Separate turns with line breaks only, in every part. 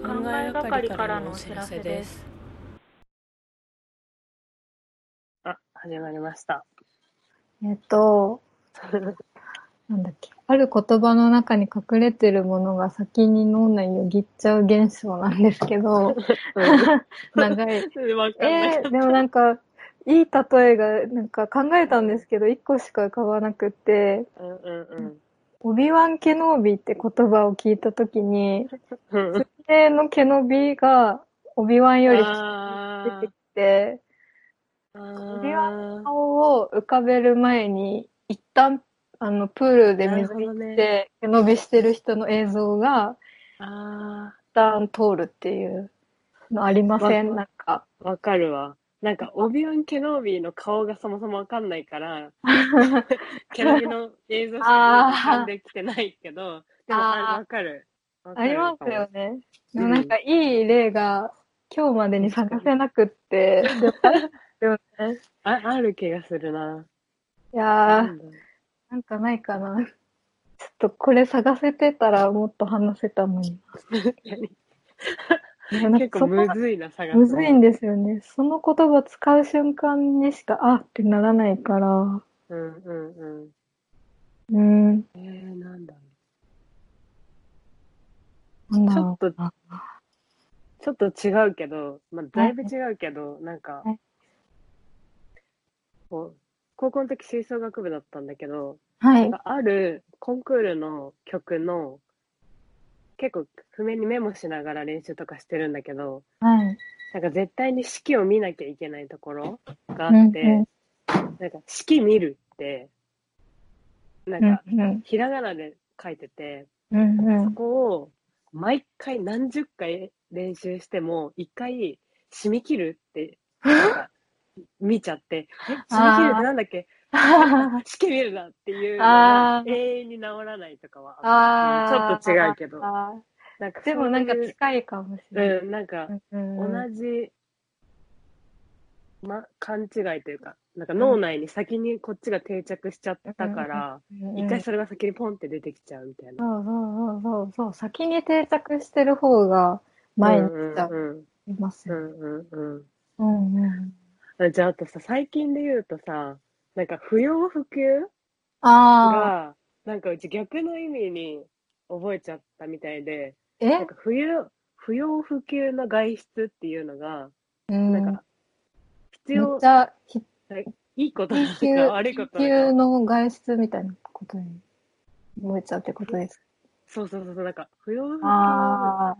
考えがかりからのお知らせです。
あ、始まりました。
えっと、なんだっけ。ある言葉の中に隠れてるものが先に脳内よぎっちゃう現象なんですけど、長い。
わかんない。
えー、でもなんか、いい例えが、なんか考えたんですけど、一個しか浮かばなくて、
うんうん
オビワン・ケノービーって言葉を聞いたときに、
うん。
でのケノビーが、オビワンより出
あ
てきて、
あ。
れ顔を浮かべる前に、一旦、あの、プールで水
なるほど
着着
ね
て、毛伸びしてる人の映像が、
あ
一旦通るっていうのありません
わ
なんか。
あ、わかるわ。なんか、オビワン・ケノービーの顔がそもそもわかんない から、ケノビの映像しか浮かんできてないけど、でも、
あー
あわかる。わか
あ
る
り
か
ま
も
すよね。
うん
でもなんか、いい例が、今日までに探せなくって。でもある よね
あ、ある気がするな。
いや
な
ー、
んだろう
なんかないかな。ちょっとこれ探せてたらもっと話せたの に。いやなん
結
か
構
そこ
む
が
ずいな、探すの
むずいんですよね。その言葉使う瞬間にしか、あってならないから。
うんうんうん。
うん。
えー、なんだろ
なんだ
ち
ろ
ょ
う
っとう。ちょっと違うけど、まあ、だいぶ違うけど、なんか
はい、
こう、高校の時吹奏楽部だったんだけど、
は
ないん。かあるコンクールの曲の、結構譜面にメモしながら練習とかしてるんだけど、
はい。
なんか絶対に式を見なきゃいけないところがあ
うん
って、なんか式見るって、なん
うん
か、
うん
ひらがなで書いてて、
うんう
そ
ん
こを毎回何十回練習しても一回締め切るってなんか見ちゃってえ締め切るってなんだっ け試験見るなっていうのが
あー
永遠に治らないとかは
あー
うんちょっと違うけど
あー
なんか
でもなんか
そういう
近いかもしれない。
うんなんか
うんうん
同じ、ま、勘違いというかなんか脳内に先にこっちが定着しちゃったから
うん
一回それが先にポンって出てきちゃうみたいな。
そうそうそうそうそう。先に定着してる方が前に来ちゃ
うんうん
います
う
よ。
んうんうんうん
うんうん。
あじゃあ、あとさ、最近で言うとさ、なんか不要不急
ああ。
が、なんかうち逆の意味に覚えちゃったみたいで、な
え
んか不要、不要不急の外出っていうのが、
うん
なんか、必
めっ
要
ち、ゃ必
いいことなのか
急、
悪いこと
緊
なの
急
か。
の外出みたいなことに覚えちゃうってことです。
そうそうそうそう、なんか不要不急っ
あ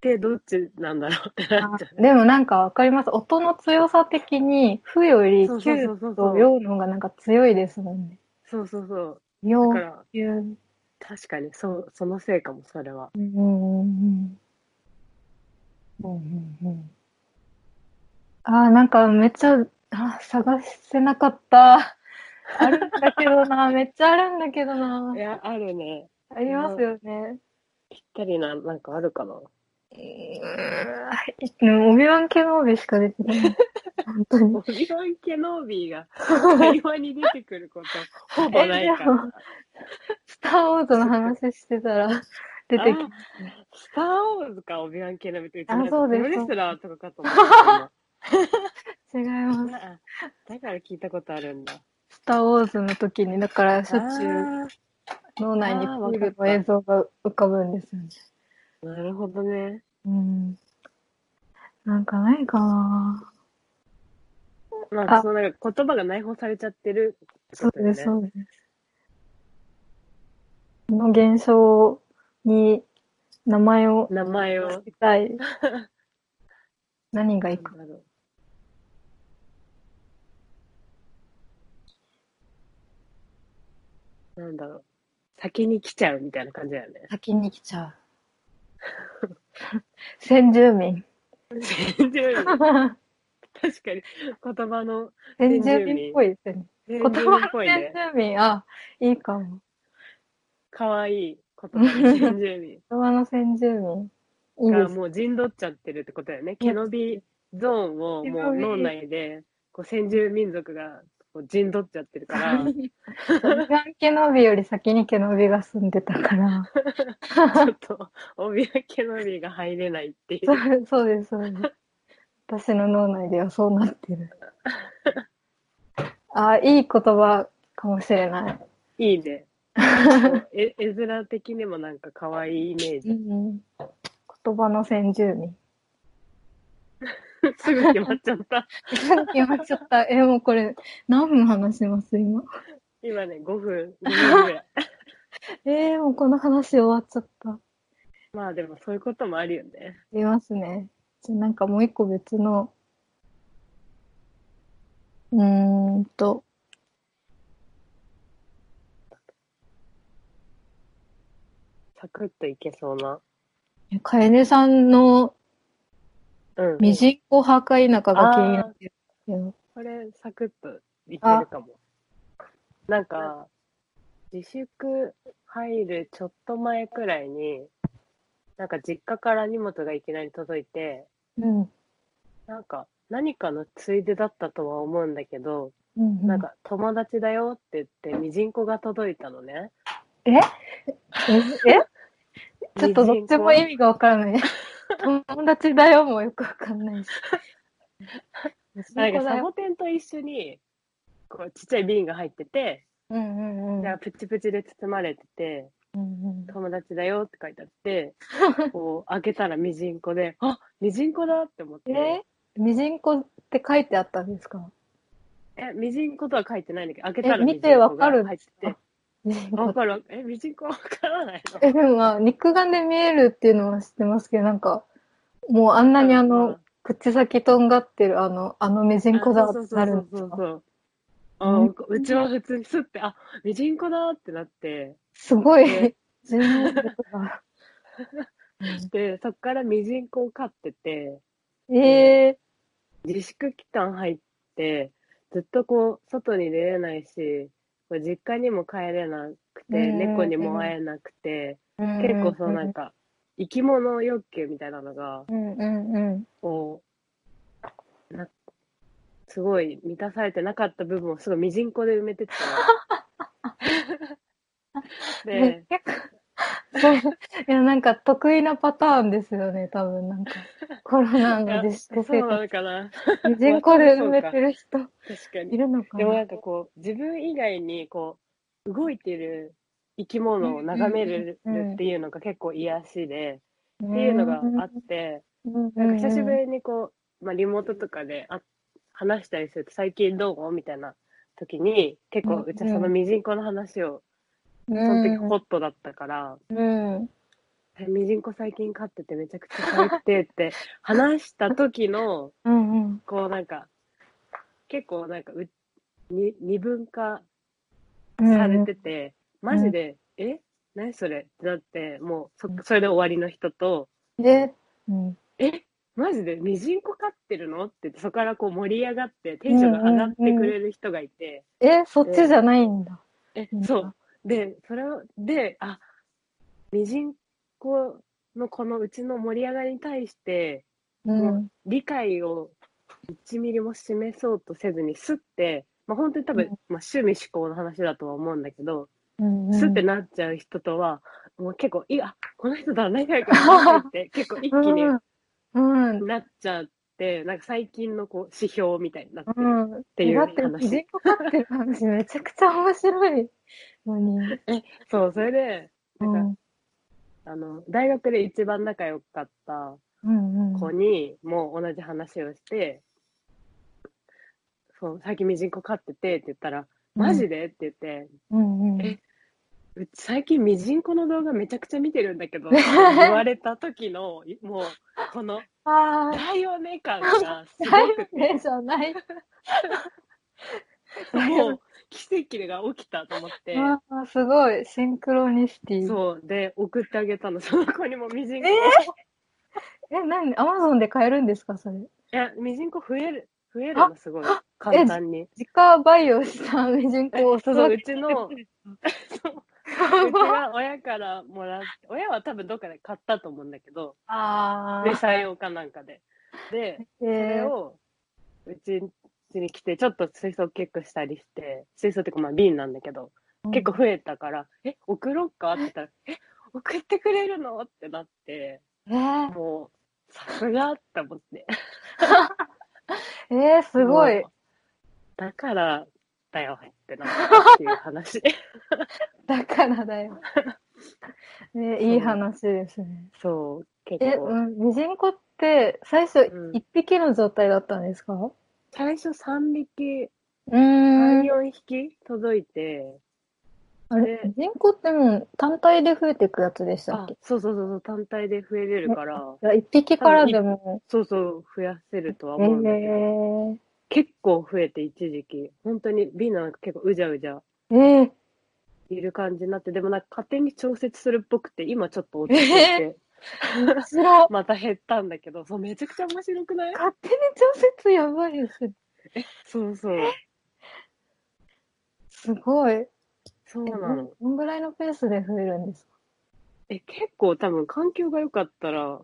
てどっちなんだろうってなっちゃ
あ。でもなんかわかります。音の強さ的に、ふより
う。そうそうそ
急
うそう
と
そう。
よの方がなんか強いですもんね。
そうそうそう。だ
よ
か、ら、
急。うん
確かに、そう、そのせいかも、それは。。
うんうん。うんうんうん。ああ、なんかめっちゃ、あ探せなかった。あるんだけどな、めっちゃあるんだけどない
や、あるね。
ありますよね。
ぴったりな、なんかあるかな。
うーん、オビワン系のオビしか出 てない。本当に。
オビワン・ケノービーが会話に出てくることほぼないか
えでも
ら。
スターウォーズの話してたら出てき
あスター・ウォーズか、オビワン・ケノービーってうち
あ
なんか
そうです
プロレスラーとかかと思った
違いま
今
す。
なだから聞いたことあるんだ。
スターウォーズの時に、だからしょっちゅう
あ
脳内にプ
あーわ
ー
かっ
ル
た
の映像が浮かぶんですよね。
ーなるほどね。
うん。なんかないかな
まあ、
あ
そのなんか言葉が内包されちゃってるって
そ
こ
う
とだよね。
です、そうです。この現象に名前を
名前を。
付けたい。何がいいか。
なんだろうなんだろう。先に来ちゃうみたいな感じだよね。
先に来ちゃう。先 住民。
先住民確
先
かに言葉の
住民っぽいですよね。
先
言
住
葉
民
の
っぽい
先
ね。
住民、あ、いいかも。
可愛い言葉の先住
言葉の先住民。い
民
い
が
です。
もう陣取っちゃってるってことだよね。毛伸びゾーンをもう脳内でこう先住民族がこう陣取っちゃってるから、ち
一番毛伸びより先に毛伸びが住んでた から。
ょっと、帯やけのりが入れないっていう。
そうそうです、そうです。私の脳内ではそうなってる。あいい言葉かもしれな
い
い。
い ね。こう絵絵面的にもなんか可愛いイメージ。
言葉の先住 民。
すぐ決まっちゃった。
決まっちゃった。え、もうこれ、何分話します今。
今ね、5分、5分ぐらい。
えー、もうこの話終わっちゃった。あ
まあでもそういうこともあるよね。
りますね。じゃあなんかもう一個別の、うーんと、
サクッといけそうな。
楓さんの
うん。
ミジンコ派か否かが気になってるけど。
これ、サクッといけるかも。なんか、自粛入るちょっと前くらいに、なんか実家から荷物がいきなり届いて、
うん。うん
なんか何かのついでだったとは思うんだけど、
うん
なんか友達だよって言って、ミジンコが届いたのね。
えええちょっとどっちも意味がわからない。友達だよもよくわかんないし。
なん
ミジ
か
ンコだ
サ
よ
ボテンと一緒に、こうちっちゃい瓶が入ってて、
うんうんうん。
でプチプチで包まれてて、
うんうん
友達だよって書いてあ って、こう開けたらミジンコで、あミジンコだって思って、
えミジンコって書いてあったんですか
え、ミジンコとは書いてないんだけど、開けたら
え
ミ
見
ジン
て
コが
わかるん
入っ
で
て
すか
て、
ミジンコ
わ
って
かる。え、ミジンコわからないの
え、でもまあ、肉眼で見えるっていうのは知ってますけど、なんか、もうあんなにあ
う
の
ん、
口先とんがってるあの、あのミジンコだ
あ
っ
そ
て
う
なる
そ
ん
うそ
です
う
か
そうあ
うん
ううちは普通にすって、あ、ミジンコだってなって、
すごい
ね、
人命力が。
で、そっからミジンコを飼ってて、
え
自粛期間入って、ずっとこう、外に出れないし、こう実家にも帰れなくて、
うん
猫にも会えなくて、
ー、
結構そうなん
か、
か、生き物欲求みたいなのが、
うんうんうん。
こう、なすごい満たされてなかった部分をすごいミジンコで埋めてった の。で、
そう。いや、なんか得意なパターンですよね、多分なんか。コロ ナ
いや
の自
そ
粛
う
生
な
活。
のかな
ミジンコで埋めてる人
確か
い
に。
るのか
で
な
もなんかこう、自分以外にこう、動いてる生き物を眺める
うんうんうんうん
っていうのが結構癒しで、っていうのがあって、
うん
なんか久しぶ
り
りにこう、まあ、リモートとかであ話したりすると、最近どうみたいな時に、結構うちはそのミジンコの話を、そ
そ
の時ホットだったから、
うん。
えミジンコ最近飼っててめちゃくちゃ可愛くてって話した時 の、
うんうん。
こうなんか、結構なんかう、に二分化されてて、マジで、え何それってなって、もうそ、それで終わりの人と、
で、うん、
えマジでミジンコ飼ってるのって言って、そこからこう盛り上がって、テンションが上がってくれる人がいて、
え、そっちじゃないんだ。
え
う、ん
そう。で、それを、で、あ、ミジンコのこのうちの盛り上がりに対して、
うん。
理解を1ミリも示そうとせずにすって、まあ、本当に多分、
うん
まあ、趣味思考の話だとは思うんだけど、
うん
すってなっちゃう人とはもう結構いやこの人とは仲良くなってって 結構一気に
うん。うん。
なっちゃって、なんか最近のこう指標みたいになってる、
うん。
ていう
だって、
話
人工飼ってる話めちゃくちゃ面白いのに。
そうそれで
う
なん
ん
か、。あの大学で一番仲良かった
うんうん。
子にも同じ話をして、そう最近ミジンコ飼っててって言ったら、マジでって言って、
うんうん。
えうち最近ミジンコの動画めちゃくちゃ見てるんだ けど、って言われた時の、もう、この、
ああ、
だよね感がす
だ
ご
よ
く
ねじゃない。
て、もう、奇跡が起きたと思って、
ああ、すごい。シンクロニシティ。
そう、で、送ってあげたの、その子にもミジンコ、
ええ、なに、アマゾンで買えるんですかそれ。
いや、ミジンコ増える、増えるのすごい、簡単に。
自家培養したミジンコを
そう、
育
う
て
ちの、 そううち は親からもらって、親は多分どっかで買ったと思うんだけど、
あ
で、採用かなんかで。で、
え
それを、うち、ちに来て、ちょっと水槽結構したりして、水槽っていうかまあ瓶なんだけど、結構増えたから、え、送ろうかって言ったら、え、送ってくれるのってなって、
えー、
もう、さすがって思って。
えー、すごい
も。う。だから、だよってなったっていう話。
だからだよ。 ね、いい話ですね。
そう、結
え、
構。
うん、ミジンコって最初
うん
一匹の状態だったんですかう
最初3匹、
ーん。
3、4匹届いて、
あれ、ミジンコってもう単体で増えていくやつでしたっ
あ
け、
そうそうそうそう、単体で増えれるから、
いや一匹からでも。
そうそう、増やせるとは
え
思うんだけど、
ー、
結構増えて一時期、本当にビーナなんか結構うじゃうじゃ
えー、
いる感じになって、でもなんか勝手に調節するっぽくて、今ちょっと落ち着いて、
面白い。
また減ったんだけど、そう、めちゃくちゃ面白くない
勝手に調節やばいですね。
そうそう。
すごい。
そう
え
な
どん
の。
どんぐらいのペースで増えるんですか
え、結構多分環境が良かったら、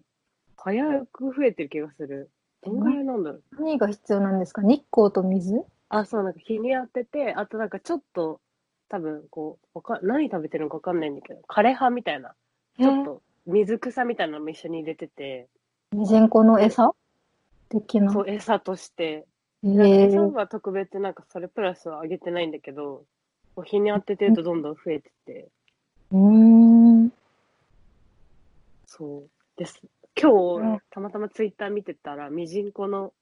早く増えてる気がする。どんぐらいなんだろう。
何が必要なんですか日光と水
あ、そう、なんか日に当てて、あとなんかちょっと、多分こう、わか、何食べてるのかわかんないんだけど、枯れ葉みたいな、ちょっと水草みたいなのも一緒に入れてて、
ミジンコの餌的な。
そう、餌として、
え
なんか餌
ー、
は特別なんかそれプラスはあげてないんだけど、こう日に当ててるとどんどん増えてて、
うーん。
そうです。今
うん
日、たまたまツイッター見てたら、ミジンコの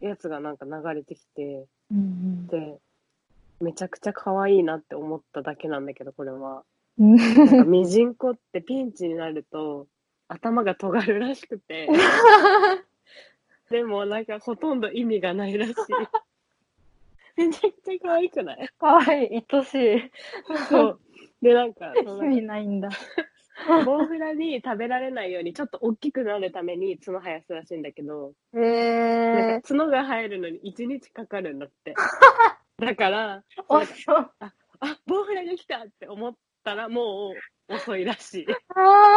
やつがなんか流れてきて、
うん
で、めちゃくちゃ可愛いなって思っただけなんだけど、これは。
うん。
なんかミジンコってピンチになると、頭が尖るらしくて、でもなんかほとんど意味がないらしい。めちゃくちゃ可愛くない
かわいい、愛しい。
そう。で、なんか、そ
意
の
味ないんだ。
ボウフラに食べられないように、ちょっと大きくなるために角生やすらしいんだけど、
え
な
ー
ん、か角が生えるのに1日かかるんだって。だから、
遅そう。
あ、ボウフラが来たって思ったらもう遅いらしい。
あ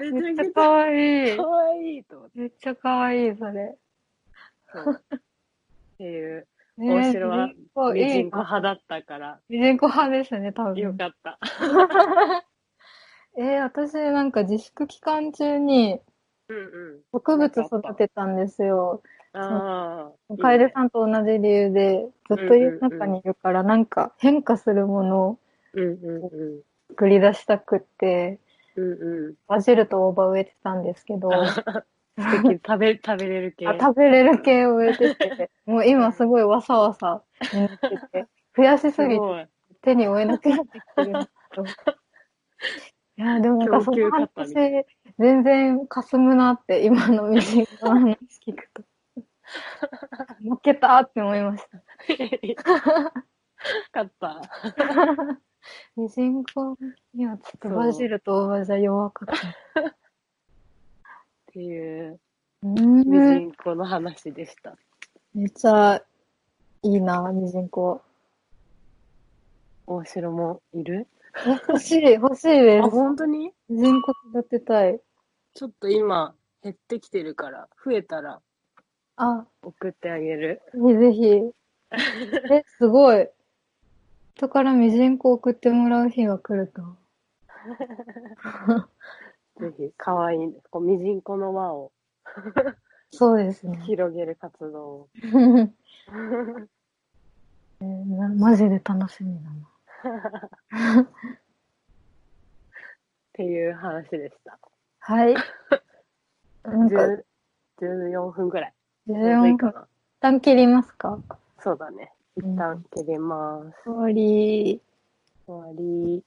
ーめ
め
っ
ち
ち
ゃ
ゃ
くち
かわい
ゃ
い。
かわいいと思って。
めっちゃかわいい、それ。
そうっていう、
えー
大城は
ミジンコ、い
ミジ
い
ンコ派だったから、
ミジンコ派ですね、多分。
よかった。
えー、私なんか自粛期間中に
うんう
植物育てたんですよ。
ん。ああ。
楓さんと同じ理由でずっと家の中にいるからなんか変化するものを
うんうんうん。
作り出したくって、
うんうん。
バジルと大葉植えてたんですけ ど、あ
素敵。食べ、食べれる系。
食べれる系を植え てて、もう今すごいわさわさになってて、増やしすぎて
ごい。
手に負えなくなってきてる んですけど。いや、でもなんかそ
供給
の
過多
話、全然霞むなって、今のミジンコの話聞くと。負けたって思いました。
よかった。
ミジンコにはちょっとバジルと大葉じゃ弱かった。
っていう、
う
ミジ
ん。
ンコの話でした。
めっちゃいいな、ミジンコ。
大城もいる
え欲しい、欲しいで
あ、
す。
本当に
ミジンコ育てたい。
ちょっと今、減ってきてるから、増えたら
あ、
送ってあげる。
ぜひぜひ。え、すごい。人からミジンコ送ってもらう日が来ると。
ぜひ、かわいい。こう、ミジンコの輪を
そうで すね。
広げる活動を。
えーなマジで楽しみだな。
っていう話でした。
はい。なんか、
10 14分ぐらい。
14
か
分。一
な。
旦切りますか
そうだね。一旦切れます。
終わり
終わり。